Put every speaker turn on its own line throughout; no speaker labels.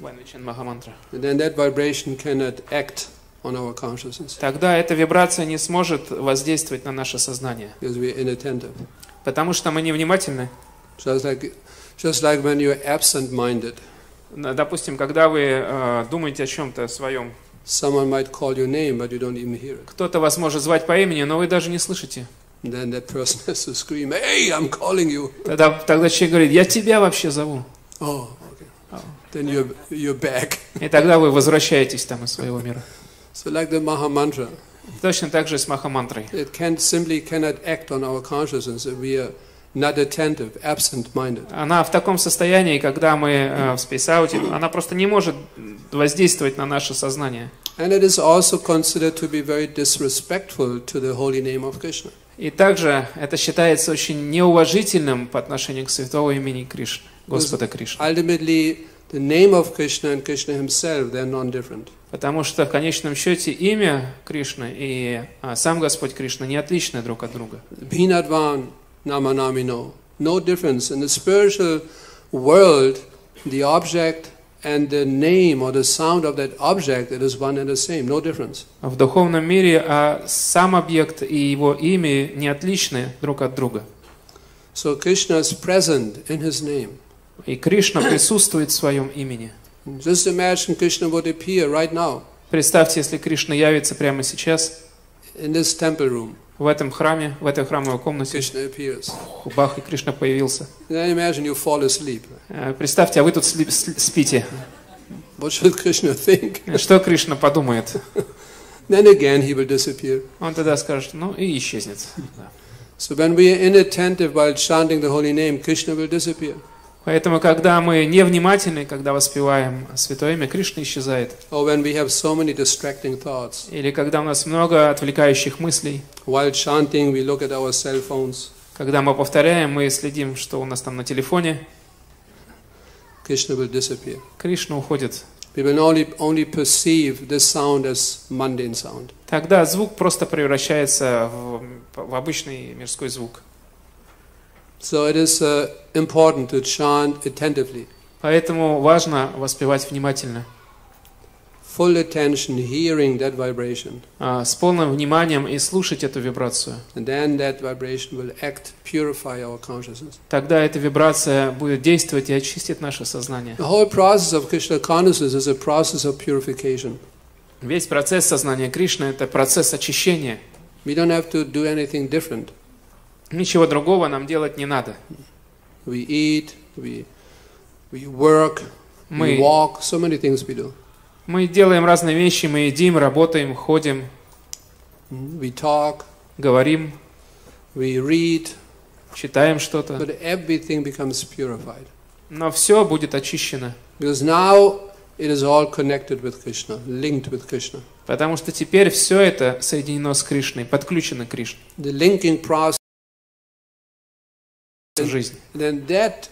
when we chant Mahamantra.
then that vibration cannot act on our consciousness
Тогда эта вибрация не сможет воздействовать на наше сознание,
because we are inattentive.
потому что мы невнимательны.
So it's like, just like when you're absent-minded,
На- Допустим, когда вы э, думаете о чем-то своем,
someone might call your name, but you don't even hear it.
кто-то вас может звать по имени, но вы даже не слышите.
And then that person has to scream, "Hey, I'm calling you!"
Тогда, тогда человек говорит, я тебя вообще зову.
Oh, okay.
Oh.
Then you're you're back.
И тогда вы возвращаетесь там из своего мира.
So like the Maha Mantra,
Точно так же с Махамантрой.
it can simply cannot act on our consciousness if we are not attentive, absent-minded.
Она в таком состоянии, когда мы э, в спейсауте, она просто не может воздействовать на наше сознание.
And it is also considered to be very disrespectful to the holy name of Krishna.
И также это считается очень неуважительным по отношению к святого имени Кришны, Господа Кришны.
Ultimately, the name of Krishna and Krishna himself, they're non-different.
Потому что в конечном счете имя Кришны и а, сам Господь Кришна не отличны друг от друга.
Bhinadvan namanamino. No difference. In the spiritual world, the object and the name or the sound of that object, it is one and the same. No difference.
В духовном мире а, сам объект и его имя не отличны друг от друга.
So Krishna is present in his name.
И Кришна присутствует в своем имени.
Just imagine Krishna would appear right now
Представьте, если Кришна явится прямо сейчас
in this temple room.
в этом храме, в этой храмовой комнате,
Krishna appears.
Фух, бах, и Кришна появился.
Then imagine you fall asleep.
Э, Представьте, а вы тут сли- сли- спите.
What should Krishna think?
Что Кришна подумает?
Then again he will disappear.
Он тогда скажет, ну и исчезнет. Да.
So when we are inattentive while chanting the holy name, Krishna will disappear.
Поэтому, когда мы невнимательны, когда воспеваем Святое Имя, Кришна исчезает.
Or when we have so many distracting thoughts.
Или когда у нас много отвлекающих мыслей,
While chanting, we look at our cell phones.
когда мы повторяем, мы следим, что у нас там на телефоне,
Krishna will disappear.
Кришна уходит.
We will only, only perceive this sound as mundane sound.
Тогда звук просто превращается в, в обычный мирской звук.
So it is uh, important to chant attentively.
Поэтому важно воспевать внимательно,
Full attention, hearing that vibration.
а, с полным вниманием и слушать эту вибрацию.
And then that vibration will act, purify our consciousness.
Тогда эта вибрация будет действовать и очистит наше сознание.
The whole process of Krishna consciousness is a process of purification.
Весь процесс сознания Кришны – это процесс очищения.
We don't have to do anything different.
Ничего другого нам делать не надо.
We eat, we, we work, we
Мы,
walk, so many things we do.
мы делаем разные вещи, мы едим, работаем, ходим,
We talk,
говорим,
we read,
читаем что-то.
but everything becomes purified.
Но все будет очищено,
Because now it is all connected with Krishna, linked with Krishna.
потому что теперь все это соединено с Кришной, подключено к Кришне
The linking process,
в жизни.
then that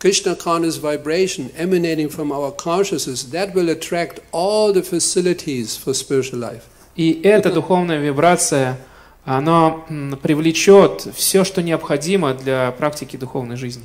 Krishna conscious vibration emanating from our consciousness, that will attract all the facilities for spiritual life.
И эта духовная вибрация, она м, привлечет все, что необходимо для практики духовной жизни.